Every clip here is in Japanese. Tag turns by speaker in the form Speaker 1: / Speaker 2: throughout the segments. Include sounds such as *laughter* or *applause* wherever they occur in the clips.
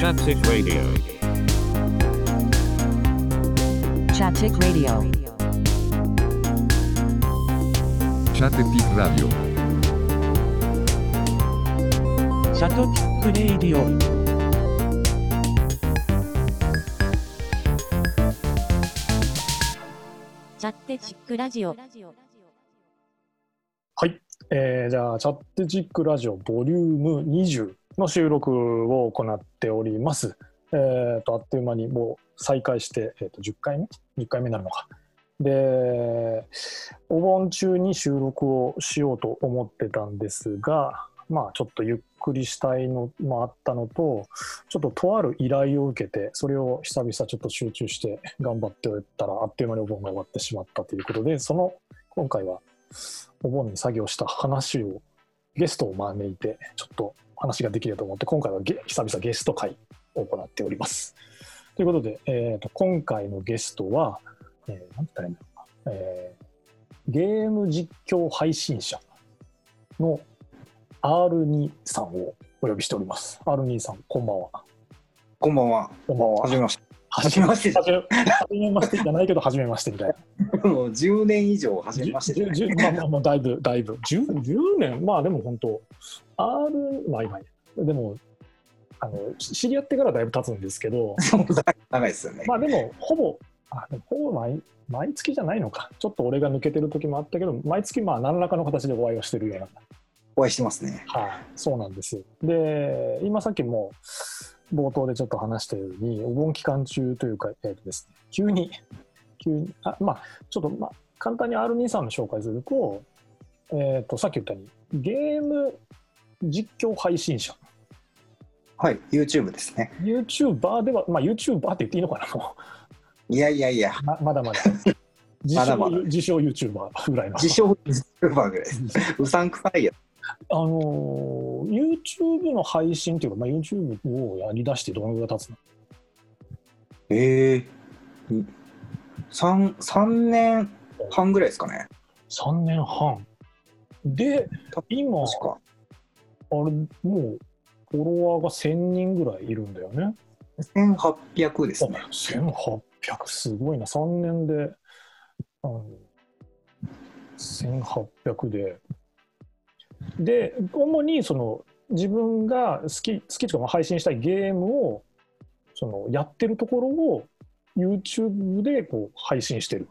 Speaker 1: Chaptic Radio.
Speaker 2: Chaptic Radio.
Speaker 3: Chatetic Radio.
Speaker 4: シャトピックレイディオン。
Speaker 5: チャッテチックラジオ。
Speaker 6: えーじゃあ、チャットチックラジオボリューム20の収録を行っております。えーと、あっという間にもう再開して、えーと10回目 ?10 回目になるのか。で、お盆中に収録をしようと思ってたんですが、まあ、ちょっとゆっくりしたいのもあったのと、ちょっととある依頼を受けて、それを久々ちょっと集中して頑張ってたら、あっという間にお盆が終わってしまったということで、その、今回はお盆に作業した話をゲストを招いてちょっと話ができると思って今回はゲ久々ゲスト会を行っております。ということで、えー、と今回のゲストは、えーなんて言ったらいいんだろうな、えーゲーム実況配信者の R2 さんをお呼びしております。R2 さん、こんばんは。
Speaker 7: こんばんは。
Speaker 6: こんばん
Speaker 7: はじ
Speaker 6: は。
Speaker 7: めまし
Speaker 6: は
Speaker 7: じめまして
Speaker 6: はじめはじめましてじゃないけど、はじめましてみたいな。
Speaker 7: て。もう10年以上、はじめまして
Speaker 6: じゅじゅまあまあまあだいぶだいぶ 10, 10年まあでも本当 R まあ今ねでもあのし知り合ってからだいぶ経つんです
Speaker 7: *laughs*
Speaker 6: けど
Speaker 7: 長いですよね。
Speaker 6: まあでもほぼあでもほぼ毎毎月じゃないのかちょっと俺が抜けてる時もあったけど毎月まあ何らかの形でお会いをしてるような
Speaker 7: お会いしてますね。
Speaker 6: はい、そうなんですよで今さっきも冒頭でちょっと話したようにお盆期間中というか、えーとですね、急に *laughs* 急にあまあちょっと、まあ、簡単に R2 さんの紹介すると,、えー、とさっき言ったようにゲーム実況配信者
Speaker 7: はい、YouTube ですね。
Speaker 6: YouTuber では、まあ、YouTuber って言っていいのかなも
Speaker 7: いやいやいや、
Speaker 6: うままだまだ自称
Speaker 7: *laughs* まだまだ
Speaker 6: 自称 YouTuber ぐらいの
Speaker 7: 自称 YouTuber ぐらいです。うさんくさいや
Speaker 6: あのー YouTube の配信というか、まあ、YouTube をやりだしてどのぐらい経つの
Speaker 7: つ。ええー。3, 三年半ぐらいですかね。
Speaker 6: 3年半で
Speaker 7: た
Speaker 6: 今あ
Speaker 7: 確か。
Speaker 6: れもうフォロワーが1000人ぐらいいるんだよね
Speaker 7: 1800ですね。
Speaker 6: あ1800すごいな3年であの1800でで主にその自分が好き好きというかまあ配信したいゲームをそのやってるところを YouTube でこう配信してる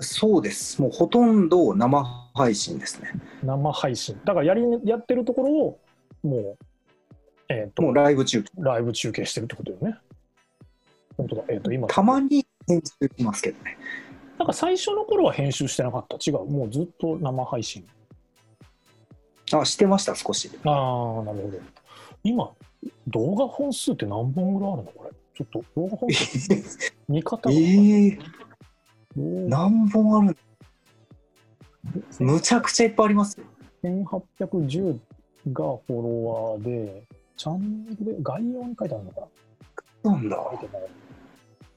Speaker 7: そうです。もうほとんど生配信ですね。
Speaker 6: 生配信だからやりやってるところをもうえっ、と
Speaker 7: もうライブ中継。
Speaker 6: ライブ中継してるってことよね。本当だ。えっ、と、今、
Speaker 7: たまに編集しますけどね。
Speaker 6: なんか最初の頃は編集してなかった。違う。もうずっと生配信。
Speaker 7: あ、してました、少し。
Speaker 6: ああ、なるほど。今、動画本数って何本ぐらいあるのこれ。ちょっと動画本数、見方
Speaker 7: え
Speaker 6: が。
Speaker 7: ー、
Speaker 6: 動画
Speaker 7: 何本あるのむちゃくちゃいっぱいありますよ。
Speaker 6: 1810がフォロワーで、チャンネルで概要に書いてあるのかな
Speaker 7: なんだ。
Speaker 6: 書いてない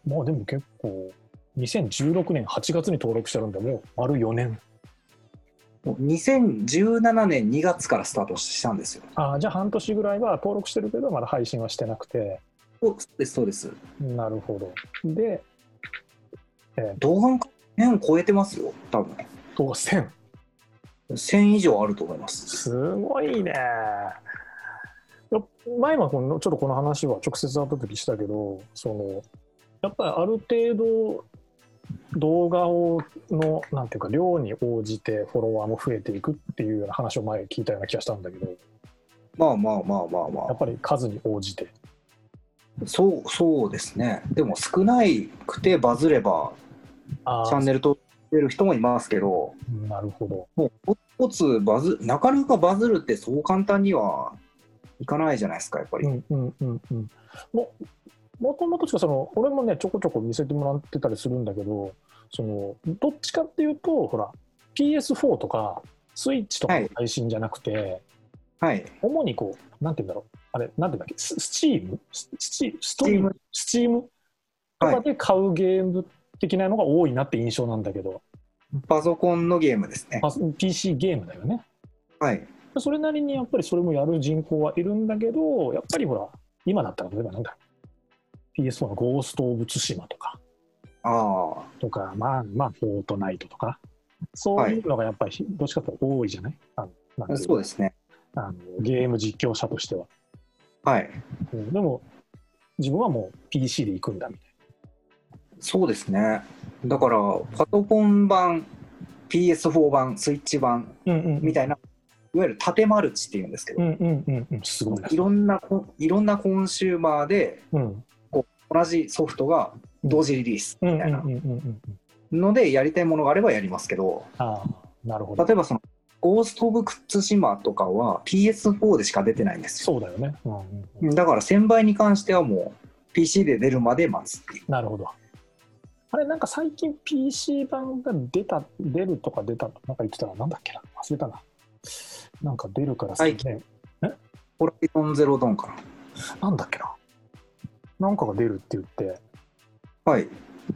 Speaker 6: まあでも結構、2016年8月に登録してるんで、もう丸4年。
Speaker 7: もう2017年2月からスタートしたんですよ。
Speaker 6: ああ、じゃあ半年ぐらいは登録してるけど、まだ配信はしてなくて。
Speaker 7: おそうです、そうです。
Speaker 6: なるほど。で、
Speaker 7: 動画の1000超えてますよ、多分。
Speaker 6: 動画1000。
Speaker 7: 1000以上あると思います。
Speaker 6: すごいね。やっ前はこのちょっとこの話は直接会った時したけど、そのやっぱりある程度動画をのなんていうか量に応じてフォロワーも増えていくっていうような話を前聞いたような気がしたんだけど、
Speaker 7: まあまあまあまあま
Speaker 6: やっぱり数に応じて。
Speaker 7: あ。そう、そうですね。でも少ないくてバズれば、
Speaker 6: あ
Speaker 7: チャンネル登録してる人もいますけど、
Speaker 6: ル。なるほど。
Speaker 7: もうコツコツバズ、なかなかバズるってそう簡単にはいかないじゃないですか、やっぱり。
Speaker 6: うんうんうんうん。ももともとしかその俺もねちょこちょこ見せてもらってたりするんだけどそのどっちかっていうとほら PS4 とかスイッチとかの配信じゃなくて、
Speaker 7: はい。
Speaker 6: 主にこうなんて言うんだろうあれなんて言うんだっけススチームススチストリームスチームと
Speaker 7: はい
Speaker 6: かで買うゲーム的なのが多いなって印象なんだけど、
Speaker 7: パソコンのゲームですね。
Speaker 6: まあ PC ゲームだよね
Speaker 7: はい。
Speaker 6: それなりにやっぱりそれもやる人口はいるんだけどやっぱりほら今だったら例えばなんだ PS4 のゴースト・オブ・ツシマとか、
Speaker 7: あ
Speaker 6: とか、まあ、まあ、フォートナイトとか、そういうのがやっぱりひ、どっちかというと多いじゃないあのなんて
Speaker 7: あ、
Speaker 6: いう
Speaker 7: そうですね。
Speaker 6: あのゲーム実況者としては。
Speaker 7: はい。
Speaker 6: うんでも、自分はもう PC で行くんだみたい
Speaker 7: そうですね。だから、パソコン版、PS4 版、スイッチ版
Speaker 6: な。うんうん
Speaker 7: みたいな、いわゆる縦マルチっていうんですけど、
Speaker 6: うんうんうんうん、すごいな。
Speaker 7: いろんなこ、いろんなコンシューマーで、
Speaker 6: うん
Speaker 7: 同じソフトが同時リリース
Speaker 6: う
Speaker 7: み
Speaker 6: んうんう
Speaker 7: たい
Speaker 6: ん
Speaker 7: な
Speaker 6: うんうんうん。
Speaker 7: ので、やりたいものがあればやりますけど、
Speaker 6: ああ、なるほど
Speaker 7: 例。えばその、ゴースト・オブ・クツシマとかは PS4 でしか出てないんですよ。
Speaker 6: そうだよね。うんうんうん
Speaker 7: だから、1000倍に関してはもう、PC で出るまで待つっていう。
Speaker 6: なるほど。あれ、なんか最近 PC 版が出た、出るとか出た、なんか言ってたらなんだっけな、忘れたな。なんか出るから
Speaker 7: 最
Speaker 6: 近、
Speaker 7: ホライゾンゼロドンか
Speaker 6: なんだっけな。なんかが出るって言って、
Speaker 7: な。はい。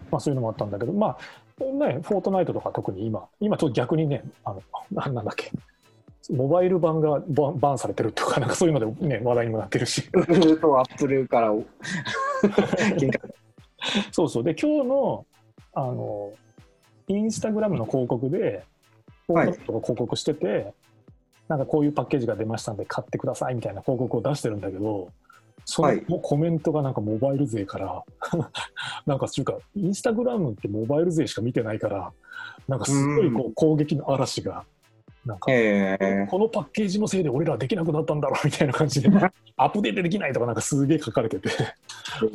Speaker 6: まあそういうのもあったんだけど、まあ、ね、フォートナイトとか特に今、今ちょっと逆にね、あの、ななんだっけ。モバイル版がバンバンされてるとか、なんかそういうので、ね、話題にもなって
Speaker 7: *laughs*
Speaker 6: るし。
Speaker 7: ウールとアップル
Speaker 6: *laughs*
Speaker 7: からお喧嘩
Speaker 6: そうそう。で、今日の、あの、インスタグラムの広告で、
Speaker 7: はい
Speaker 6: 広告してて、なんかこういうパッケージが出ましたんで買ってくださいみたいな広告を出してるんだけど、そ
Speaker 7: は
Speaker 6: の
Speaker 7: い
Speaker 6: コメントがなんかモバイル勢から、 *laughs* なんかというか、インスタグラムってモバイル勢しか見てないから、なんかすごいこう攻撃の嵐が、なんか、
Speaker 7: ええ
Speaker 6: このパッケージのせいで俺らできなくなったんだろうみたいな感
Speaker 7: *laughs*
Speaker 6: じで、アップデートできないとかなんかすげえ書かれてて、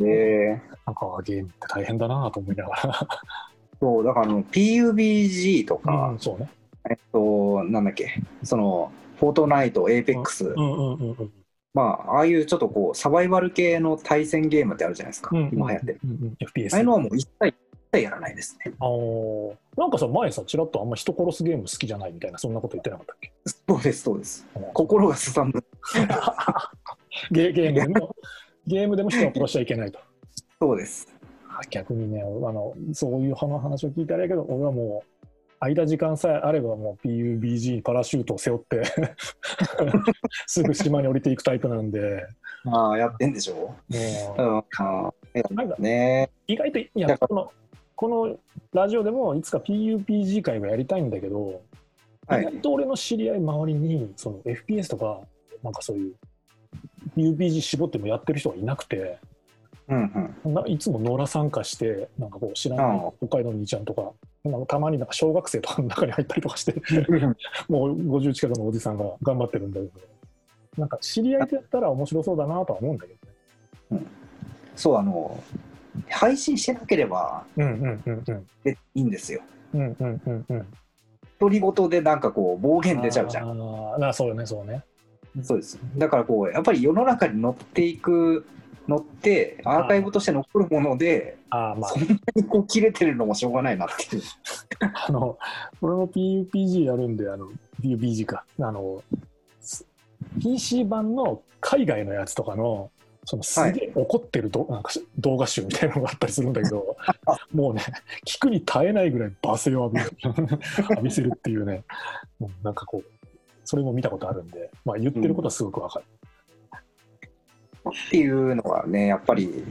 Speaker 7: え
Speaker 6: なんかゲームって大変だなと思いながら。
Speaker 7: そうだからあの PUBG と
Speaker 6: う
Speaker 7: か
Speaker 6: ん、、そうね。
Speaker 7: えっとなんだっけそのフォートナイト、エーペックス、
Speaker 6: うんうんうんうん。
Speaker 7: まあああいうちょっとこうサバイバル系の対戦ゲームってあるじゃないですか、
Speaker 6: うんうん
Speaker 7: 今流行ってる。
Speaker 6: うんうん、
Speaker 7: ああいう
Speaker 6: FPS。
Speaker 7: のはもう一切一切やらないですね。
Speaker 6: あのーなんかさ、前さ、ちらっとあんま人殺すゲーム好きじゃないみたいな、そんなこと言ってなかったっけ
Speaker 7: そうですそうです。
Speaker 6: こ
Speaker 7: 心がすさむ。
Speaker 6: ゲゲームでも、ゲームでも人を殺しちゃいけないと。
Speaker 7: そうです。
Speaker 6: あ逆にねあの、そういう派の話を聞いてあれやけど、俺はもう、空いた時間さえあれば、もう PUBG にパラシュートを背負って、 *laughs* すぐ島に降りていくタイプなんで、
Speaker 7: ああやってんでしょ
Speaker 6: も
Speaker 7: う。うん。あ
Speaker 6: うなんか
Speaker 7: あね
Speaker 6: 意外と、いや、
Speaker 7: だか
Speaker 6: この、このラジオでもいつか PUBG 会をやりたいんだけど、
Speaker 7: は
Speaker 6: 意
Speaker 7: い
Speaker 6: 外と俺の知り合い周りにその FPS とかなんかそういう UPG 絞ってもやってる人がいなくて
Speaker 7: うんうん。
Speaker 6: ないつも野良参加してなんかこう知らない
Speaker 7: ああ
Speaker 6: 北海道の兄ちゃんとかなんかたまになんか小学生とかの中に入ったりとかして *laughs* もう50近くのおじさんが頑張ってるんだけどなんか知り合いとやったら面白そうだなとは思うんだけどね。
Speaker 7: そうあの配信してなければ
Speaker 6: うんうんうんうん
Speaker 7: 別にいいんですよ。
Speaker 6: うんうんうんうん。
Speaker 7: 独り言でなんかこう暴言出ちゃうじゃん。
Speaker 6: ん。なそうよねそうね。
Speaker 7: そうです。だからこう、やっぱり世の中に乗っていく、乗って、アーカイブとして残るもので、
Speaker 6: ああまあ
Speaker 7: そんなにこう切れてるのもしょうがないなっていう。
Speaker 6: あの、俺も PUPG やるんで、あの、PUBG か。あの、す PC 版の海外のやつとかの、そのすげえ怒ってるど、なんかし動画集みたいなのがあったりするんだけど、もうね、聞くに耐えないぐらい罵声を浴びる *laughs* 浴びせるっていうね、もうなんかこう、それも見たことあるんで、まあ言ってることはすごくわかる。
Speaker 7: っていうのはね、やっぱり、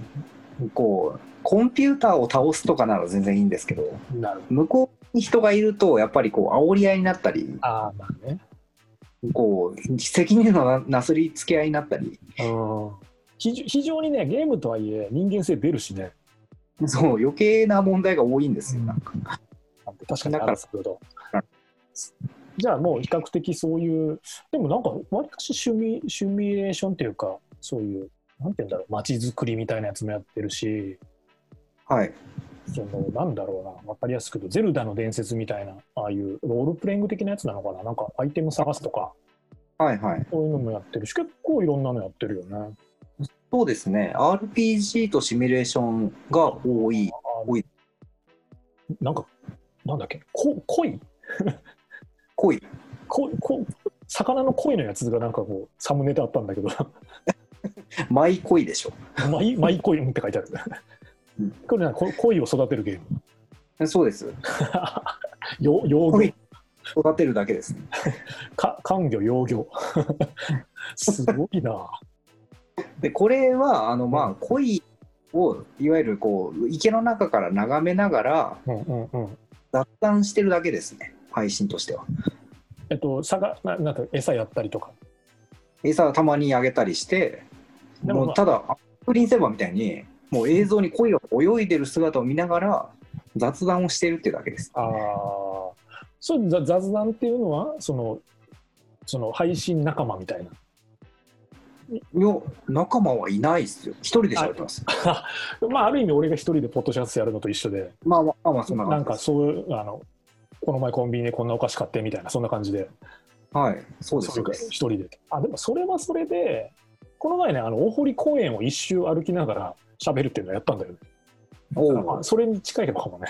Speaker 7: こう、コンピューターを倒すとかなら全然いいんですけど、
Speaker 6: なるほど。
Speaker 7: 向こうに人がいると、やっぱりこう、煽り合いになったり、
Speaker 6: ああ、まあね。
Speaker 7: こう、責任のななすりつけ合いになったり、
Speaker 6: うん。非常非常にね、ゲームとはいえ人間性出るしね。
Speaker 7: そう、余計な問題が多いんですよ、なんか。
Speaker 6: なんて確かに
Speaker 7: だ
Speaker 6: あ
Speaker 7: から
Speaker 6: るんですけど
Speaker 7: うん
Speaker 6: じゃあもう比較的そういう、でもなんか、わりかしシミュシミュレーションというか、そういう、なんていうんだろう、街づくりみたいなやつもやってるし、
Speaker 7: はい。
Speaker 6: その、なんだろうな、わかりやすく言うと、ゼルダの伝説みたいな、ああいうロールプレイング的なやつなのかな、なんかアイテム探すとか、
Speaker 7: はいはい。
Speaker 6: そういうのもやってるし、結構いろんなのやってるよね。
Speaker 7: そうですね、RPG とシミュレーションが多い、多い
Speaker 6: なんか、なんだっけ、こ鯉
Speaker 7: 濃い、
Speaker 6: ここ魚の鯉のやつがなんかこう、サムネであったんだけど、
Speaker 7: マイ濃いでしょ。
Speaker 6: マイマイコインって書いてある
Speaker 7: うん。
Speaker 6: これなんかこ恋を育てるゲーム。
Speaker 7: そうです、
Speaker 6: よ養
Speaker 7: 濃い
Speaker 6: 魚、
Speaker 7: 育てるだけですね。
Speaker 6: か、官魚、養魚。すごいな。
Speaker 7: でこれはあのまあ鯉をいわゆるこう池の中から眺めながら
Speaker 6: うんうんうん。
Speaker 7: 雑談してるだけですね配信としては
Speaker 6: えっと、さが、ななんか餌やったりとか。
Speaker 7: 餌をたまにあげたりして
Speaker 6: でも
Speaker 7: もう
Speaker 6: まあ
Speaker 7: ただプリンセバーみたいにもう映像に鯉が泳いでる姿を見ながら雑談をしてるっていうだけです
Speaker 6: ああ。そう、ざ雑談っていうのは、その、その配信仲間みたいな。
Speaker 7: いや仲間はいないですよ一人で喋ってます
Speaker 6: まあ、ある意味俺が一人でポッドシャツやるのと一緒で、
Speaker 7: まあまあまあそんな
Speaker 6: な
Speaker 7: 感
Speaker 6: ん
Speaker 7: じで
Speaker 6: か
Speaker 7: す
Speaker 6: そういう、あの、この前コンビニでこんなお菓子買ってみたいな、そんな感じで、
Speaker 7: はいそうです
Speaker 6: そ
Speaker 7: そううで
Speaker 6: です
Speaker 7: す
Speaker 6: 一人で。あ、でもそれはそれで、この前ね、あの、大堀公園を一周歩きながら喋るっていうのをやったんだよね。
Speaker 7: おう
Speaker 6: まあそれに近いのかもね。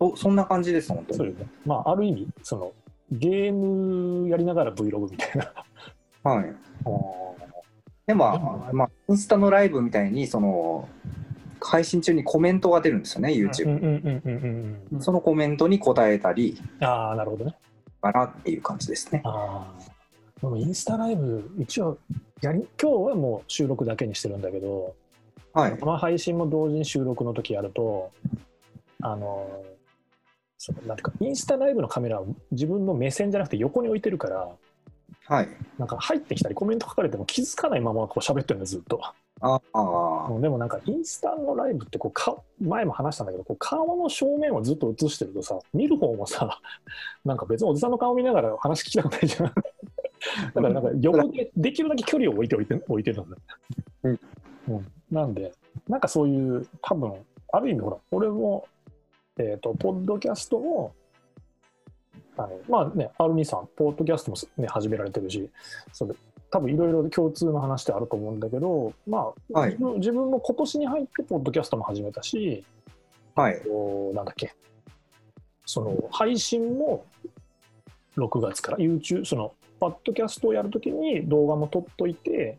Speaker 7: おそんな感じです本当
Speaker 6: そう
Speaker 7: に
Speaker 6: よね。まあ、ある意味、その、ゲームやりながら Vlog みたいな。
Speaker 7: はい
Speaker 6: あ
Speaker 7: でま
Speaker 6: で
Speaker 7: あ、まあ、インスタのライブみたいにその配信中にコメントが出るんですよね YouTube、
Speaker 6: うんうんうんうんうんうん。
Speaker 7: そのコメントに答えたり
Speaker 6: ああ、なるほどね。
Speaker 7: かなっていう感じですね
Speaker 6: ああ。でもインスタライブ、一応やり、今日はもう収録だけにしてるんだけど、
Speaker 7: はい
Speaker 6: まあ、配信も同時に収録の時やると、あのー、そのなんていうか、インスタライブのカメラを自分の目線じゃなくて横に置いてるから、
Speaker 7: はい
Speaker 6: なんか入ってきたりコメント書かれても気づかないままこう喋ってるのよずっと。
Speaker 7: ああ
Speaker 6: でもなんかインスタのライブってこうか前も話したんだけどこう顔の正面をずっと映してるとさ見る方もさ *laughs* なんか別におじさんの顔見ながら話聞きたくないじゃん *laughs* だからなんか横でできるだけ距離を置いておいて *laughs* 置いてるんだ、
Speaker 7: う
Speaker 6: ね
Speaker 7: ん
Speaker 6: うん、なんでなんかそういう多分ある意味ほら俺もえっ、とポッドキャストもあのまあね R2 さんポッドキャストも、ね、始められてるしそれ多分いろいろ共通の話ってあると思うんだけど、まあ
Speaker 7: はい
Speaker 6: 自分自分も今年に入ってポッドキャストも始めたし、
Speaker 7: はい
Speaker 6: こうなんだっけその配信も6月から YouTube そのポッドキャストをやるときに動画も撮っといて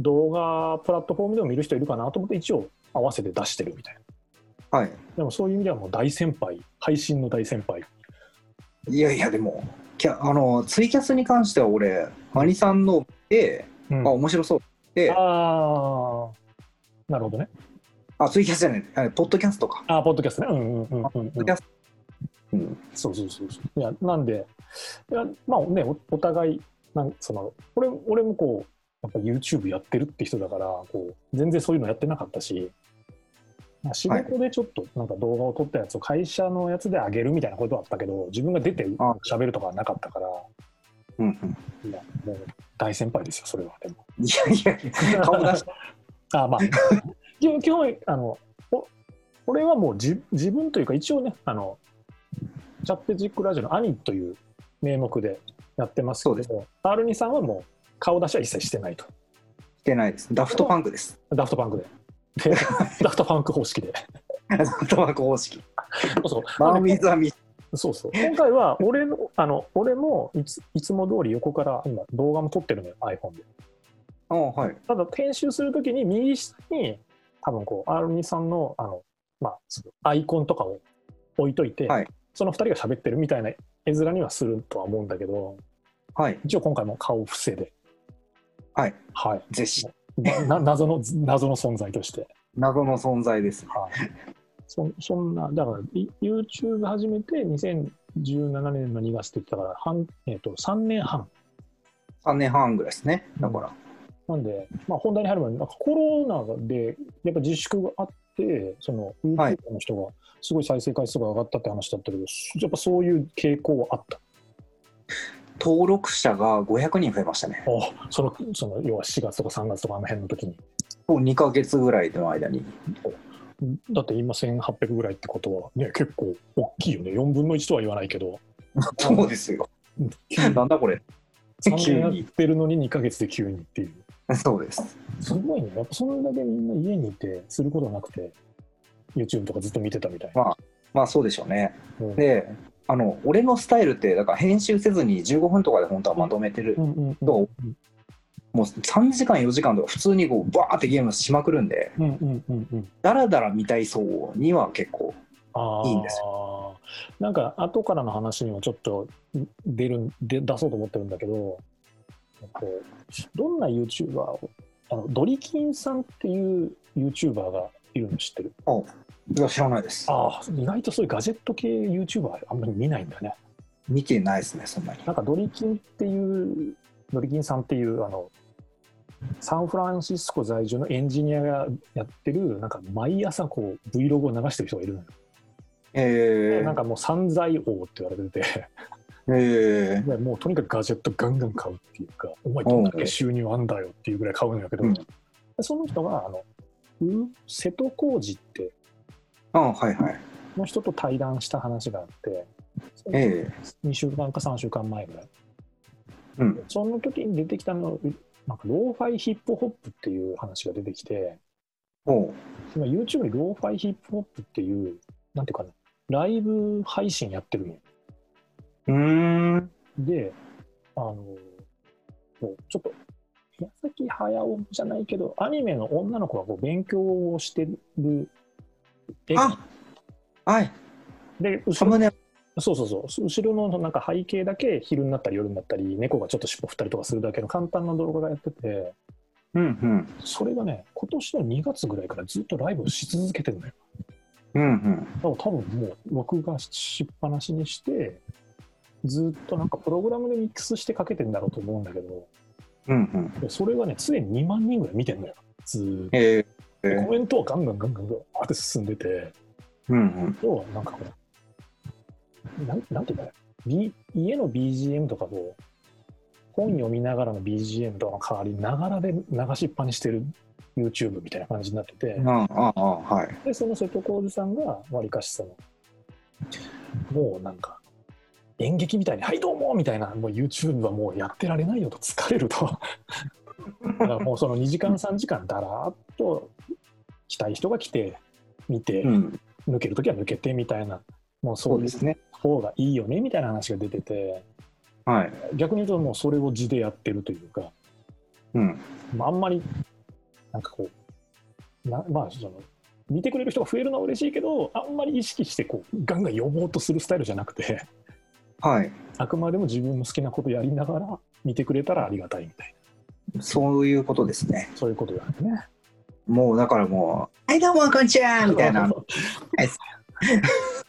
Speaker 6: 動画プラットフォームでも見る人いるかなと思って一応合わせて出してるみたいな
Speaker 7: はい
Speaker 6: でもそういう意味ではもう大先輩配信の大先輩
Speaker 7: いやいやでもキャあのツイキャスに関しては俺マニさんので、
Speaker 6: うん
Speaker 7: あ面白そうであ
Speaker 6: あーなるほどね
Speaker 7: ツイキャスじゃないあポッドキャストか
Speaker 6: あーポッドキャストねうんうんうんうん、うん
Speaker 7: ポッドキャストうん
Speaker 6: そうそうそうそう。いや、なんで、いやまあね、おお互い、なんその俺俺もこう、やっぱ YouTube やってるって人だから、こう全然そういうのやってなかったし、まあ仕事でちょっとなんか動画を撮ったやつを会社のやつで上げるみたいなことはあったけど、自分が出て
Speaker 7: あ
Speaker 6: 喋るとかはなかったから、
Speaker 7: うんうん
Speaker 6: いやもう大先輩ですよ、それは。でも
Speaker 7: いやいやいや *laughs* 顔出して
Speaker 6: あまあ、基本、基本あのお俺はもうじ自分というか、一応ね、あのチャットジックラジオの兄という名目でやってますけど、R2 さんはもう顔出しは一切してないと、
Speaker 7: してないですダフトパンクです *laughs*
Speaker 6: ダフトパンクで。でダフトパンク方式で。
Speaker 7: ダフトパンク方式
Speaker 6: そうそう
Speaker 7: マンウィズアミ
Speaker 6: そうそう今回は俺のあの俺もいついつも通り横から今動画も撮ってるのよ、iPhone で。
Speaker 7: あはい
Speaker 6: ただ編集するときに右下に多分こう R2 さんのあの、まあ、そのアイコンとかを置いといて、
Speaker 7: はい
Speaker 6: その2人が喋ってるみたいな絵面にはするとは思うんだけど
Speaker 7: はい
Speaker 6: 一応今回も顔を伏せで
Speaker 7: はい
Speaker 6: はい
Speaker 7: ぜひ
Speaker 6: な *laughs* 謎の謎の存在として、
Speaker 7: 謎の存在ですね
Speaker 6: はい、そそんなだからい YouTube 始めて2017年の2月って言ってたから半、えっと3年半
Speaker 7: 3年半ぐらいですねだから、
Speaker 6: なんで、まあ、本題に入る前に、なんかコロナでやっぱ自粛があって、その YouTube の人がすごい再生回数が上がったって話だったけど、やっぱそういう傾向はあった。
Speaker 7: 登録者が500人増えましたね
Speaker 6: あそのその要は4月とか3月とかあの辺の時に。
Speaker 7: もう2ヶ月ぐらいの間に
Speaker 6: だって今1800ぐらいってことは、ね、結構大きいよね。4分の1とは言わないけど、
Speaker 7: そうですよ *laughs* なんだこれ
Speaker 6: 3
Speaker 7: 急
Speaker 6: 年
Speaker 7: に
Speaker 6: やってるのに2ヶ月で急にっていう。
Speaker 7: そうです
Speaker 6: すごいね。やっぱそれだけみんな家にいて、することなくて、YouTube とかずっと見てたみたいな。
Speaker 7: まあそうでしょうね
Speaker 6: うん
Speaker 7: であの俺のスタイルってだから編集せずに15分とかで本当はまとめてる、
Speaker 6: うんうん
Speaker 7: どうもう3時間4時間とか普通にこうバーってゲームしまくるんで
Speaker 6: うんうんうんうん。
Speaker 7: ダラダラ見たい層には結構
Speaker 6: あー
Speaker 7: いいんです
Speaker 6: なんか後からの話にもちょっとん出るんで出そうと思ってるんだけどこうどんな YouTuber をあのドリキンさんっていう YouTuber がいるの知ってる
Speaker 7: いや知らないです
Speaker 6: ああ意外とそういうガジェット系 YouTuber あんまり見ないんだね
Speaker 7: 見てないですねそんなに
Speaker 6: なんかドリキンっていうドリキンさんっていうあのサンフランシスコ在住のエンジニアがやってるなんか毎朝こう Vlog を流してる人がいるのよ、
Speaker 7: え
Speaker 6: なん
Speaker 7: ー、
Speaker 6: かもう散財王って言われてて
Speaker 7: えー、
Speaker 6: でもうとにかくガジェットガンガン買うっていうか、お前どんだけ収入あんだよっていうぐらい買うんだけど、
Speaker 7: うん
Speaker 6: でその人があの、う瀬戸康二って、
Speaker 7: あはいはい
Speaker 6: の人と対談した話があって、
Speaker 7: え
Speaker 6: 2週間か3週間前ぐらい。
Speaker 7: えうん
Speaker 6: その時に出てきたの、なんかローファイヒップホップっていう話が出てきて、
Speaker 7: おう
Speaker 6: 今 YouTube にローファイヒップホップっていう、なんていうかな、ライブ配信やってるんよ。
Speaker 7: うーん
Speaker 6: で、あの、もうちょっと、宮崎駿じゃないけど、アニメの女の子がこう勉強をしてる絵が
Speaker 7: あはい
Speaker 6: で、
Speaker 7: サム
Speaker 6: 後ろ
Speaker 7: ネ
Speaker 6: そうそうそう、後ろのなんか背景だけ昼になったり夜になったり、猫がちょっと尻尾振ったりとかするだけの簡単な動画がやってて、
Speaker 7: うん
Speaker 6: それがね、今年の2月ぐらいからずっとライブをし続けてるのよ。
Speaker 7: うんうんうん
Speaker 6: だから多分もう録画しっぱなしにして、ずっとなんかプログラムでミックスしてかけてんだろうと思うんだけど、
Speaker 7: うんうん
Speaker 6: でそれがね、常に2万人ぐらい見てんのよ。ずーっと
Speaker 7: ええ
Speaker 6: で
Speaker 7: ー
Speaker 6: コメントはガンガンガンガンガンあって進んでて、
Speaker 7: うんうん
Speaker 6: 要はなんかこう、なんなんていうんだろう、B、家の BGM とかこう、本読みながらの BGM とかの代わり、ながらで流しっぱにしてる YouTube みたいな感じになってて、
Speaker 7: ああああはい
Speaker 6: で、その瀬戸康史さんが、わりかしその、もうなんか、演劇みたいに、はい、どうもみたいな、もう YouTube はもうやってられないよと、疲れると。 *laughs* だからもうその2時間、3時間、だらーっと来たい人が来て、見て、
Speaker 7: うん
Speaker 6: 抜けるときは抜けてみたいな、もうそ
Speaker 7: そうう
Speaker 6: い
Speaker 7: で
Speaker 6: う
Speaker 7: すね
Speaker 6: 方がいいよねみたいな話が出てて、
Speaker 7: はい
Speaker 6: 逆に言うと、もうそれを地でやってるというか、
Speaker 7: うん
Speaker 6: まあ、あんまり、なんかこう、なまあ、その、見てくれる人が増えるのは嬉しいけど、あんまり意識して、こう、ガンガン呼ぼうとするスタイルじゃなくて、 *laughs*
Speaker 7: はい
Speaker 6: あくまでも自分の好きなことやりながら、見てくれたらありがたいみたい
Speaker 7: そういうことですね
Speaker 6: な、そういうことだよね。
Speaker 7: もうだからもう「はいどうもこんにちは」みたいないっす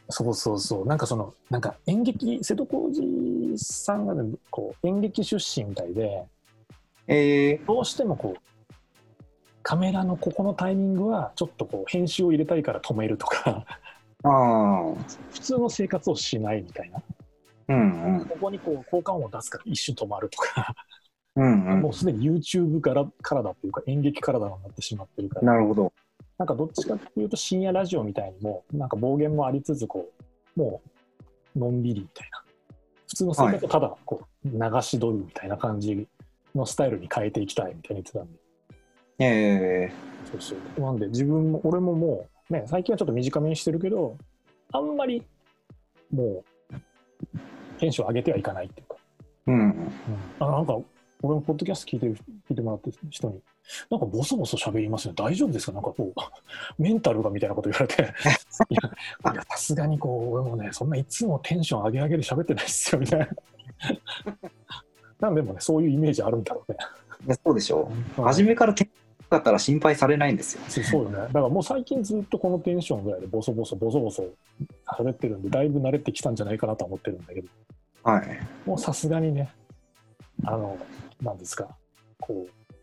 Speaker 6: そうそうそう、なんかその、なんか演劇、瀬戸康史さんがね、こう、演劇出身みたいで、
Speaker 7: ええ
Speaker 6: どうしてもこう、カメラのここのタイミングは、ちょっとこう、編集を入れたいから止めるとか、
Speaker 7: ああ
Speaker 6: 普通の生活をしないみたいな。
Speaker 7: うんうん
Speaker 6: ここにこう交換音を出すから一瞬止まるとか、
Speaker 7: うんう
Speaker 6: もうすでに YouTube から体っていうか演劇体になってしまってるか
Speaker 7: ん
Speaker 6: ら、
Speaker 7: なるほど
Speaker 6: なんかどっちかっていうと深夜ラジオみたいにも、なんか暴言もありつつ、こう、もう、のんびりみたいな。普通の生活をただこう流し撮るみたいな感じのスタイルに変えていきたいみたいに言ってたんで、
Speaker 7: ええ
Speaker 6: そうそう。なんで自分も、俺ももう、ね、最近はちょっと短めにしてるけど、あんまり、もう、テンション上げてはいかないっていうか。
Speaker 7: うん
Speaker 6: あなんか、俺のポッドキャスト聞いてる聞いてもらってる人に、なんかボソボソ喋りますね、大丈夫ですか、なんかこう、 *laughs* メンタルがみたいなこと言われて、いやいや、さすがにこう、俺もね、そんないつもテンション上げ上げで喋ってないっすよ、みたいな。 *laughs* なんでもね、そういうイメージあるんだろうね。
Speaker 7: いやそうでしょ
Speaker 6: うん
Speaker 7: 初めから天気だったら心配されないんですよ
Speaker 6: そうそうよね。だからもう最近ずっとこのテンションぐらいで、ボソボソ、ボソボソ喋ってるんで、だいぶ慣れてきたんじゃないかなとは思ってるんだけど。
Speaker 7: はい
Speaker 6: もうさすがにね、あの、なんですか、こう、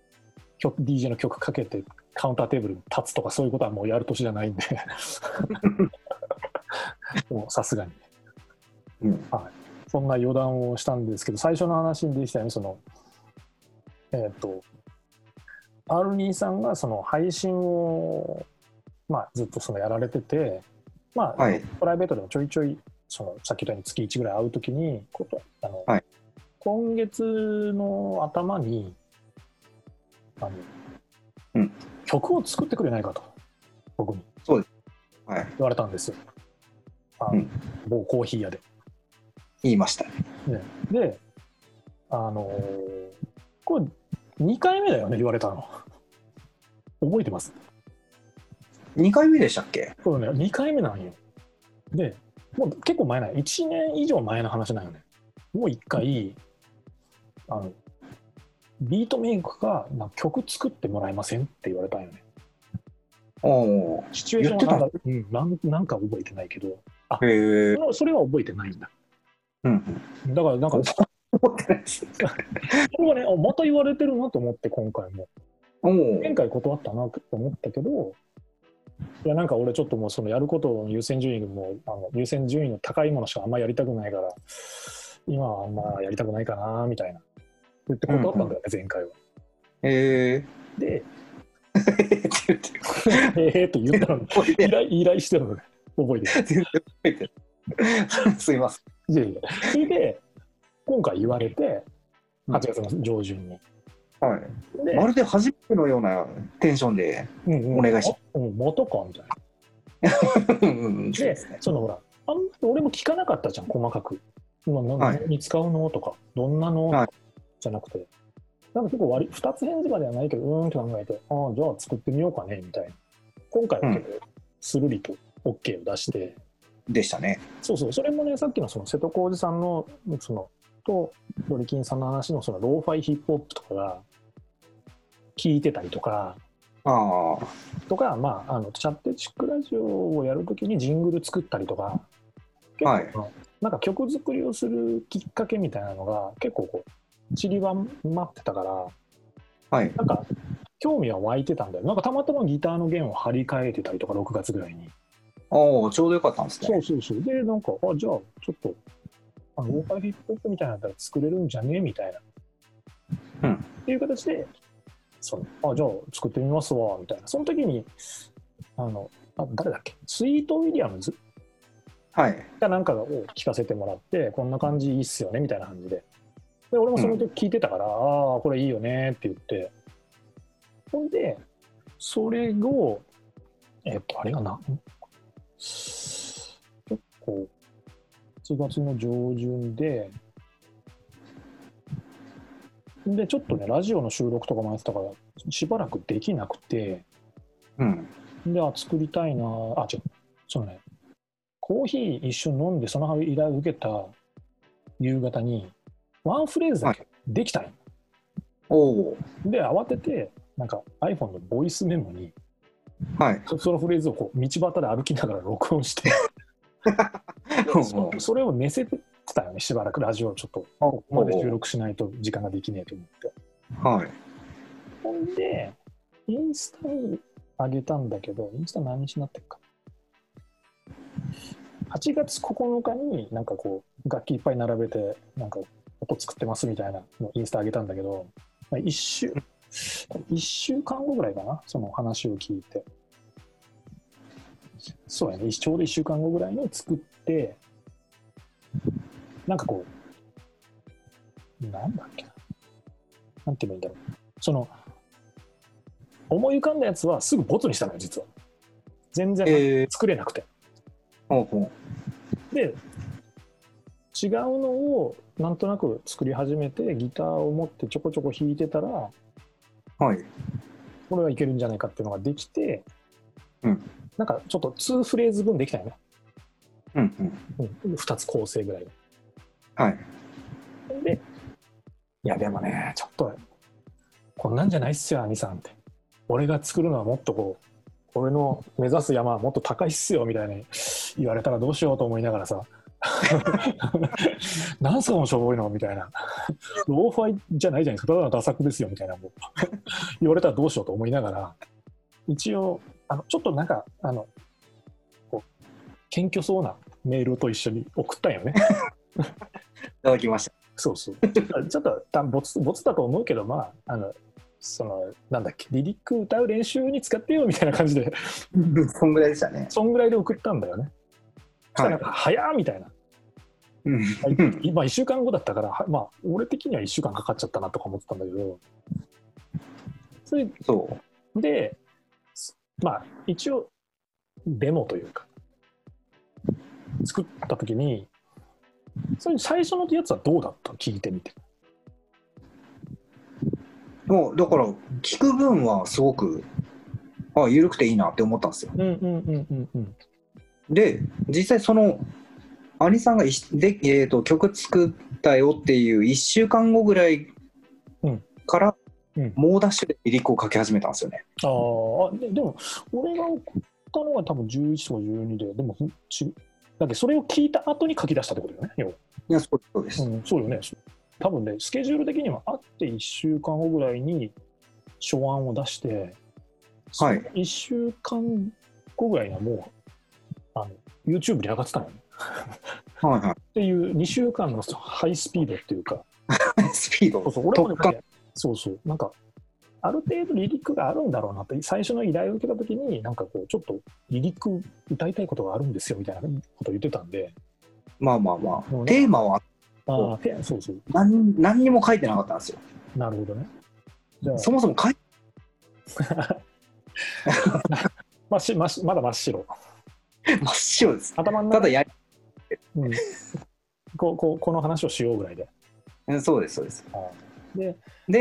Speaker 6: 曲 DJ の曲かけてカウンターテーブルに立つとかそういうことはもうやる年じゃないん
Speaker 7: *laughs*
Speaker 6: で、もうさすがに。
Speaker 7: うん
Speaker 6: そんな余談をしたんですけど、最初の話にできたように、その、えっ、と、R2 さんがその配信を、まあ、ずっとそのやられてて、まあ、
Speaker 7: はい
Speaker 6: プライベートでもちょいちょい、そのさっき言ったように月1ぐらい会うときに、ことあの
Speaker 7: はい
Speaker 6: 今月の頭にあの、
Speaker 7: うん
Speaker 6: 曲を作ってくれないかと、僕に
Speaker 7: はい
Speaker 6: 言われたんですよ。あの
Speaker 7: うん
Speaker 6: 某コーヒー屋で。
Speaker 7: 言いましたね
Speaker 6: ね、で、あのーこれ、2回目だよね、言われたの。覚えてます
Speaker 7: 2回目でしたっけ
Speaker 6: これね、2回目なんよ。で、もう結構前ない。1年以上前の話なんよね。もう1回、あの、ビートメイクがなんか曲作ってもらえませんって言われたんよね。
Speaker 7: お
Speaker 6: シチュエーションはな
Speaker 7: 言
Speaker 6: んか,、うん、なんなんか覚えてないけど、
Speaker 7: ーへえ
Speaker 6: そ。れはそれは覚えてないんだ。
Speaker 7: うん。
Speaker 6: だからなんか、そ
Speaker 7: 思ってないです。
Speaker 6: れはね、あまた言われてるなと思って、今回も。
Speaker 7: おお。
Speaker 6: 前回断ったなと思ったけど、いやなんか俺ちょっともうそのやることの優先順位もあの優先順位の高いものしかあんまやりたくないから今はあんまやりたくないかなみたいな言って断ったんだよね、前回は。
Speaker 7: え
Speaker 6: で
Speaker 7: えって言ってる。
Speaker 6: 「ええ」と言ったのに
Speaker 7: 覚えて
Speaker 6: 依
Speaker 7: ない
Speaker 6: 頼依頼してるのね覚えてる。
Speaker 7: 全然覚えてない *laughs* すいませ
Speaker 6: いやいやそれで今回言われて
Speaker 7: うん
Speaker 6: 8月の上旬に。
Speaker 7: ん。はい。
Speaker 6: で
Speaker 7: まるで初めてのようなテンションで。
Speaker 6: うんうん
Speaker 7: お願いし
Speaker 6: あうんまたかみたいな。
Speaker 7: うんうん
Speaker 6: でそのほらあんまり俺も聞かなかったじゃん細かく「今何
Speaker 7: はい
Speaker 6: に使うの?」とか「どんなの
Speaker 7: はい
Speaker 6: じゃなくてなんか結構割り2つ返事まではないけどうーんって考えて「ああじゃあ作ってみようかね」みたいな今回は結構スルリと OK を出して、
Speaker 7: でしたね。
Speaker 6: そうそうそれもねさっきのその瀬戸康史さんのそのとドリキンさんの話のそのローファイヒップホップとかが聞いてたりとか
Speaker 7: ああ。
Speaker 6: とか、まあ、あのチャットチックラジオをやるときにジングル作ったりとか、結構
Speaker 7: はい
Speaker 6: なんか曲作りをするきっかけみたいなのが結構こう散りばまってたから、
Speaker 7: はい。
Speaker 6: なんか興味は湧いてたんだよ。なんかたまたまギターの弦を張り替えてたりとか、6月ぐらいに。
Speaker 7: おお、ちょうどよかったんです
Speaker 6: そ
Speaker 7: ね
Speaker 6: う。そうそう。で、なんか、あ、じゃあちょっと、あのローカルヒップホップみたいなのだったら作れるんじゃねみたいな。
Speaker 7: うん
Speaker 6: っていう形で、そのあ、じゃあ作ってみますわ、みたいな。その時に、あの、あ誰だっけスイート・ウィリアムズ
Speaker 7: はい。
Speaker 6: かなんかを聞かせてもらって、こんな感じいいっすよね、みたいな感じで。で、俺もその時聞いてたから、ああ、これいいよねって言って。ほんで、それを、えっと、あれがな、ん結構、1月の上旬で、で、ちょっとね、ラジオの収録とかもやってたから、しばらくできなくて、
Speaker 7: うん。
Speaker 6: で、あ、作りたいなあ、違う、そのね、コーヒー一緒に飲んで、その依頼を受けた夕方に、ワンフレーズだけできたんよ
Speaker 7: おお。
Speaker 6: で、慌てて、なんか iPhone のボイスメモに、
Speaker 7: はい。
Speaker 6: そそのフレーズをこう道端で歩きながら録音して、そそれを寝せてたよね、しばらくラジオちょっと、ここまで収録しないと時間ができねえと思って。
Speaker 7: はい。
Speaker 6: ほんで、インスタに上げたんだけど、インスタ何日になってるか。8月9日になんかこう、楽器いっぱい並べて、なんか音作ってますみたいなのをインスタ上げたんだけど、まあ、1週、1週間後ぐらいかな、その話を聞いて。そうやね、ちょうど1週間後ぐらいに作って、なんかこう、なんだっけな。なんて言えばいいんだろう。その思い浮かんだやつはすぐボツにしたのよ実は全然
Speaker 7: えー、
Speaker 6: 作れなくて、
Speaker 7: おうおう。
Speaker 6: で違うのをなんとなく作り始めてギターを持ってちょこちょこ弾いてたらこ
Speaker 7: はい。
Speaker 6: れはいけるんじゃないかっていうのができて、
Speaker 7: うん
Speaker 6: なんかちょっと2フレーズ分できたよね、
Speaker 7: うんうん。
Speaker 6: うん、2つ構成ぐらい
Speaker 7: はい。
Speaker 6: のでいやでもねちょっとこんなんじゃないっすよ兄さんって俺が作るのはもっとこう俺の目指す山はもっと高いっすよみたいに言われたらどうしようと思いながらさ *laughs* なんすかもうしょぼいのみたいなローファイじゃないじゃないですかただのダサ作ですよみたいなもう言われたらどうしようと思いながら一応あのちょっとなんかあのこう謙虚そうなメールと一緒に送ったんよね
Speaker 7: いただきました。
Speaker 6: そうそう。 *laughs* ちょっとちょっとたボツボツだと思うけど、まあ、あの、その、なんだっけ、リリック歌う練習に使ってよみたいな感じで、 *laughs*
Speaker 7: そんぐらいでしたね。
Speaker 6: そんぐらいで送ったんだよね。そした
Speaker 7: は
Speaker 6: らなん
Speaker 7: い。
Speaker 6: か、早っみたいな。
Speaker 7: うんうん
Speaker 6: 今、1週間後だったから、はまあ、俺的には1週間かかっちゃったなとか思ってたんだけど、それ
Speaker 7: そ
Speaker 6: で、すまあ、一応、デモというか、作った時に、それ最初のやつはどうだった聞いてみて。
Speaker 7: う。もう、だから、聞く分はすごく、あ、緩くていいなって思ったんですよ。
Speaker 6: うんうんうんうんうん。
Speaker 7: で、実際その、アニさんがいしで、えー、と曲作ったよっていう1週間後ぐらい
Speaker 6: うん
Speaker 7: から
Speaker 6: うん
Speaker 7: 猛ダッシュでリリックを書き始めたんですよね。
Speaker 6: あーあででも俺が送ったのが多分11とか12ででもふんちだってそれを聞いた後に書き出したってことだよね要はい
Speaker 7: やそうそうです、
Speaker 6: うん、そうよね多分ねスケジュール的にはあって1週間後ぐらいに書案を出して
Speaker 7: はい。
Speaker 6: 1週間後ぐらいにはもうあの YouTube に上がってたのよね
Speaker 7: はいは
Speaker 6: っていう2週間のハイスピードっていうか
Speaker 7: い。 *laughs* スピード。
Speaker 6: そうそう俺もね
Speaker 7: 特化。
Speaker 6: そうそうなんかある程度リリックがあるんだろうなって最初の依頼を受けた時になんかこうちょっとリリック歌いたいことがあるんですよみたいなことを言ってたんで
Speaker 7: まあまあま
Speaker 6: うん
Speaker 7: あ。テーマは
Speaker 6: あ
Speaker 7: あ
Speaker 6: あそうそう
Speaker 7: 何何にも書いてなかったんですよ。
Speaker 6: なるほどねじゃあ
Speaker 7: そもそも書い
Speaker 6: まあしましまだ真っ白
Speaker 7: て真っ白です。
Speaker 6: 頭の
Speaker 7: た
Speaker 6: 中
Speaker 7: だ
Speaker 6: で
Speaker 7: や
Speaker 6: うん、こうこうこの話をしようぐらいで
Speaker 7: り、そうです、そうです。
Speaker 6: で
Speaker 7: で、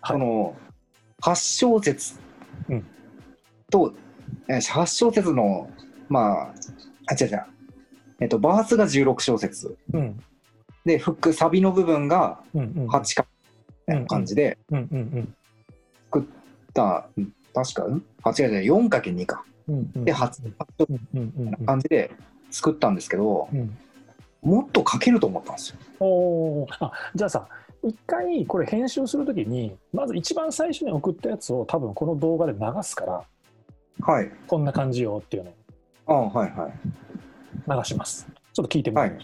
Speaker 6: は
Speaker 7: そ
Speaker 6: い
Speaker 7: の8小節
Speaker 6: うん
Speaker 7: と、えー8小節の、まあ、あ、違う違う、えっと、バースが16小節、
Speaker 6: うん
Speaker 7: で、フック、サビの部分が
Speaker 6: うんうん
Speaker 7: 8か、みたいな感じで、
Speaker 6: うんうん
Speaker 7: だうん確か、うんあ、違う違う、4×2 か、
Speaker 6: うんうんうん
Speaker 7: で、8、8小節
Speaker 6: うんうんうん
Speaker 7: みたいな感じで作ったんですけど、
Speaker 6: うんうん
Speaker 7: もっと書けると思ったんですよ。
Speaker 6: おーあじゃあさ一回これ編集するときにまず一番最初に送ったやつを多分この動画で流すから
Speaker 7: はい。
Speaker 6: こんな感じよっていうの
Speaker 7: あはいはい。
Speaker 6: を流しますちょっと聞いてみて、
Speaker 7: はい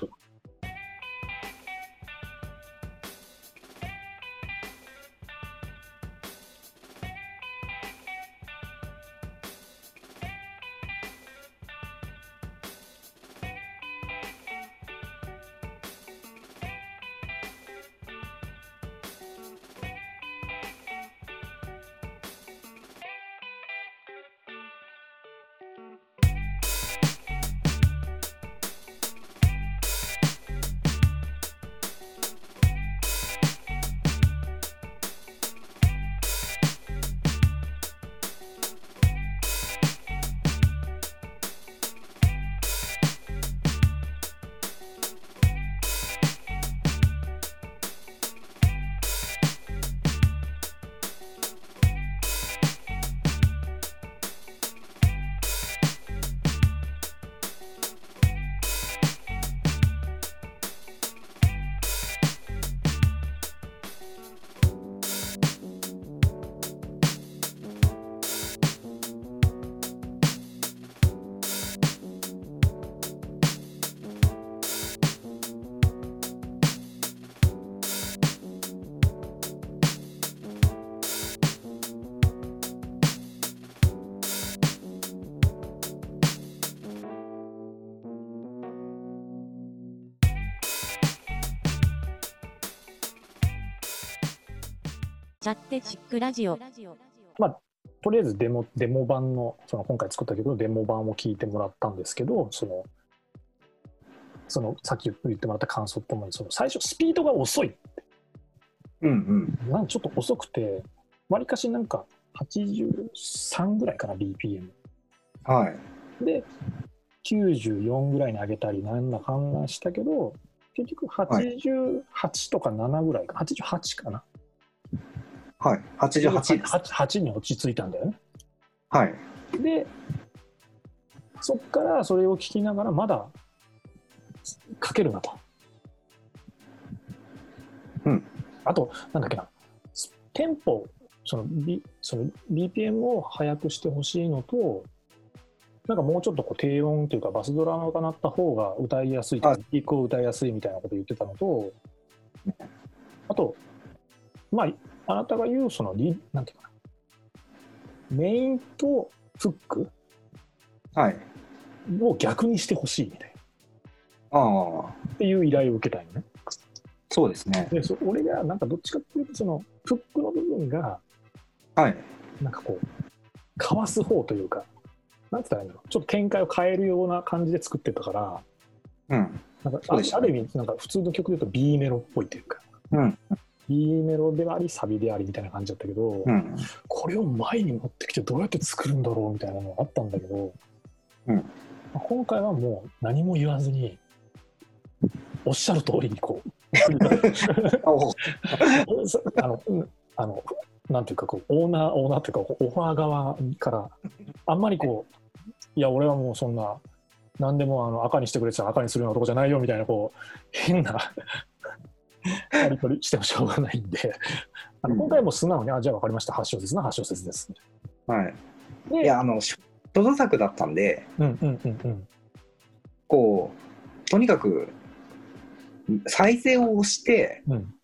Speaker 5: チャッテチックラジオ。
Speaker 6: とりあえずデモデモ版のその今回作った曲のデモ版を聞いてもらったんですけどそのそのさっき言ってもらった感想とともにその最初スピードが遅い
Speaker 7: うんうん。
Speaker 6: なんちょっと遅くてわりかしなんか83ぐらいかな BPM
Speaker 7: はい。
Speaker 6: で94ぐらいに上げたりなんだかんだしたけど結局88とか7ぐらいか、88かな
Speaker 7: はい。88です。
Speaker 6: 8に落ち着いたんだよね
Speaker 7: はい。
Speaker 6: でそっからそれを聞きながらまだ書けるなと
Speaker 7: うん
Speaker 6: あとなんだっけなテンポその,、B、その BPM を速くしてほしいのとなんかもうちょっとこう低音というかバスドラムが鳴った方が歌いやすいと
Speaker 7: あ
Speaker 6: かリークを歌いやすいみたいなこと言ってたのとあとまああなたが言うそのリなんていうかなメインとフック
Speaker 7: はい。
Speaker 6: を逆にしてほしいみたい
Speaker 7: ああ、
Speaker 6: なっていう依頼を受けたいのね。
Speaker 7: そうですね。
Speaker 6: でそ俺がなんかどっちかっていうとそのフックの部分が
Speaker 7: はい。
Speaker 6: なんかこうかわす方というかなんて言ったらいいんだろうちょっと展開を変えるような感じで作ってたから
Speaker 7: うん。
Speaker 6: なんか
Speaker 7: そ
Speaker 6: あ,、
Speaker 7: うでした
Speaker 6: ある意味なんか普通の曲で言うと B メロっぽいというか、
Speaker 7: うん
Speaker 6: B メロでありサビでありみたいな感じだったけど、
Speaker 7: うん。
Speaker 6: これを前に持ってきてどうやって作るんだろうみたいなのがあったんだけど、
Speaker 7: うん
Speaker 6: まあ今回はもう何も言わずにおっしゃる通りにこう
Speaker 7: あお
Speaker 6: あのうんあのなんていうかこうオーナーオーナーというかこうオファー側からあんまりこういや俺はもうそんな何でもあの赤にしてくれてたら赤にするようなとこじゃないよみたいなこう変なやり取りしてもしょうがないんであの今回も素直に「あじゃあ分かりました8小節な8小節です」
Speaker 7: はい。いや、あの、諸著作だったんで、
Speaker 6: うんうんうんうん
Speaker 7: こう、とにかく、再生を押して、
Speaker 6: うん、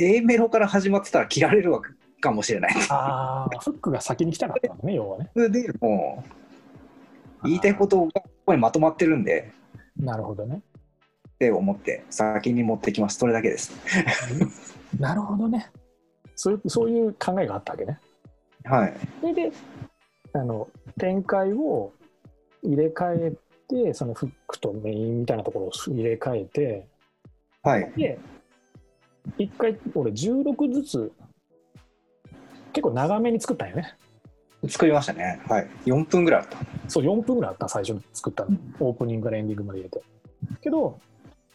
Speaker 7: A メロから始まってたら切られるわけかもしれない。 *laughs*
Speaker 6: ああフックが先に来たかったのね要はね
Speaker 7: それで、もう、言いたいことがここにまとまってるんで、
Speaker 6: なるほどね
Speaker 7: って思って、先に持ってきます。それだけです。
Speaker 6: なるほどねそういうそういう考えがあったわけね
Speaker 7: はい。
Speaker 6: それであの展開を入れ替えてそのフックとメインみたいなところを入れ替えて
Speaker 7: はい。
Speaker 6: で1回俺16ずつ結構長めに作ったんよね
Speaker 7: 作りましたね。はい。4分ぐらいあった。 *laughs*
Speaker 6: そう4分ぐらいあった最初に作ったのオープニングからエンディングまで入れてけど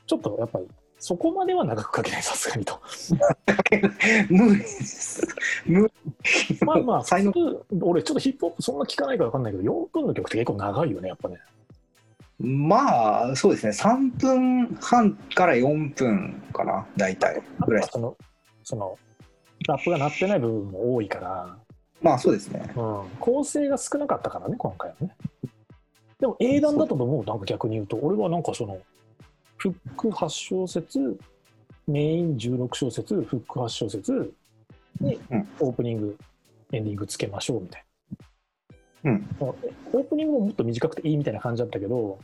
Speaker 6: ちょっとやっぱりそこまでは長く書けないさすがにと
Speaker 7: 無理です。無理。
Speaker 6: まあま
Speaker 7: *laughs*
Speaker 6: あ
Speaker 7: 才
Speaker 6: 普
Speaker 7: 能。
Speaker 6: 通俺ちょっとヒップホップそんな聞かないから分かんないけど4分の曲って結構長いよねやっぱね
Speaker 7: まあ、そうですね。3分半から4分かな、大体ぐらい。
Speaker 6: そのそのラップが鳴ってない部分も多いから、
Speaker 7: まあ、そうですね。
Speaker 6: うん、構成が少なかったからね今回はねでも英断だったと思うなんか逆に言うと俺はなんかそのフック8小節メイン16小節フック8小節で
Speaker 7: うん
Speaker 6: オープニングエンディングつけましょうみたいな、
Speaker 7: うん
Speaker 6: オープニングももっと短くていいみたいな感じだったけど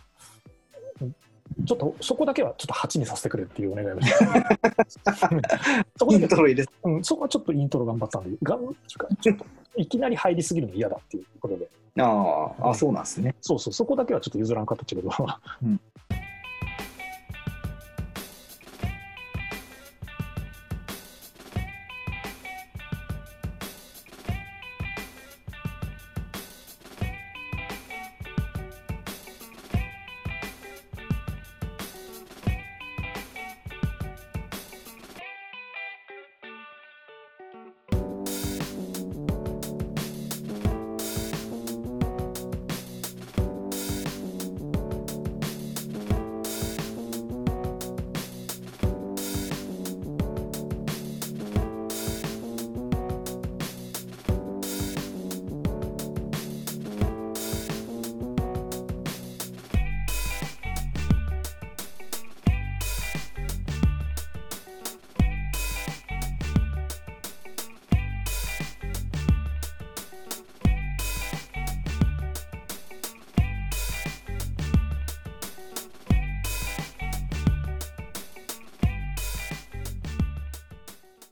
Speaker 6: ちょっとそこだけはちょっと8にさせてくれっていうお願いをしたそこ
Speaker 7: イ *laughs*
Speaker 6: だけ
Speaker 7: ントロ入れ
Speaker 6: うん、そこはちょっとイントロ頑張ったんで、頑張ってかちょっといきなり入りすぎるの嫌だっていうことで、
Speaker 7: ああ、あそうなんですね。
Speaker 6: そうそう、そこだけはちょっと譲らんかったっちゃけど、 *laughs*
Speaker 7: うん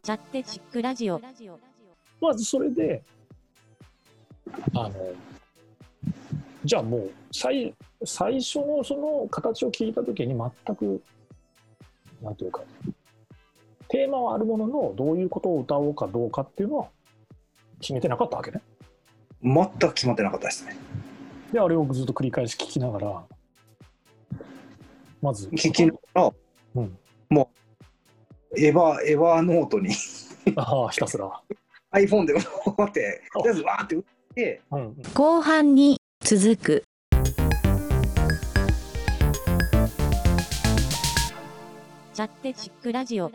Speaker 5: チャッテチックラジオ。
Speaker 6: まずそれで、あの、じゃあもう最、最初のその形を聞いたときに、全く、なんていうか、テーマはあるものの、どういうことを歌おうかどうかっていうのは決めてなかったわけね。
Speaker 7: 全く決まってなかったですね。
Speaker 6: で、あれをずっと繰り返し聞きながら、まず、
Speaker 7: 聞きながら、
Speaker 6: うん
Speaker 7: もう、エヴァ、エヴァノートに *laughs*
Speaker 6: ああ、ひたすら。
Speaker 7: iPhone でこうやって、とりあえずわーって打って、
Speaker 6: うん、
Speaker 5: 後半に続く。チャッテチックラジオ。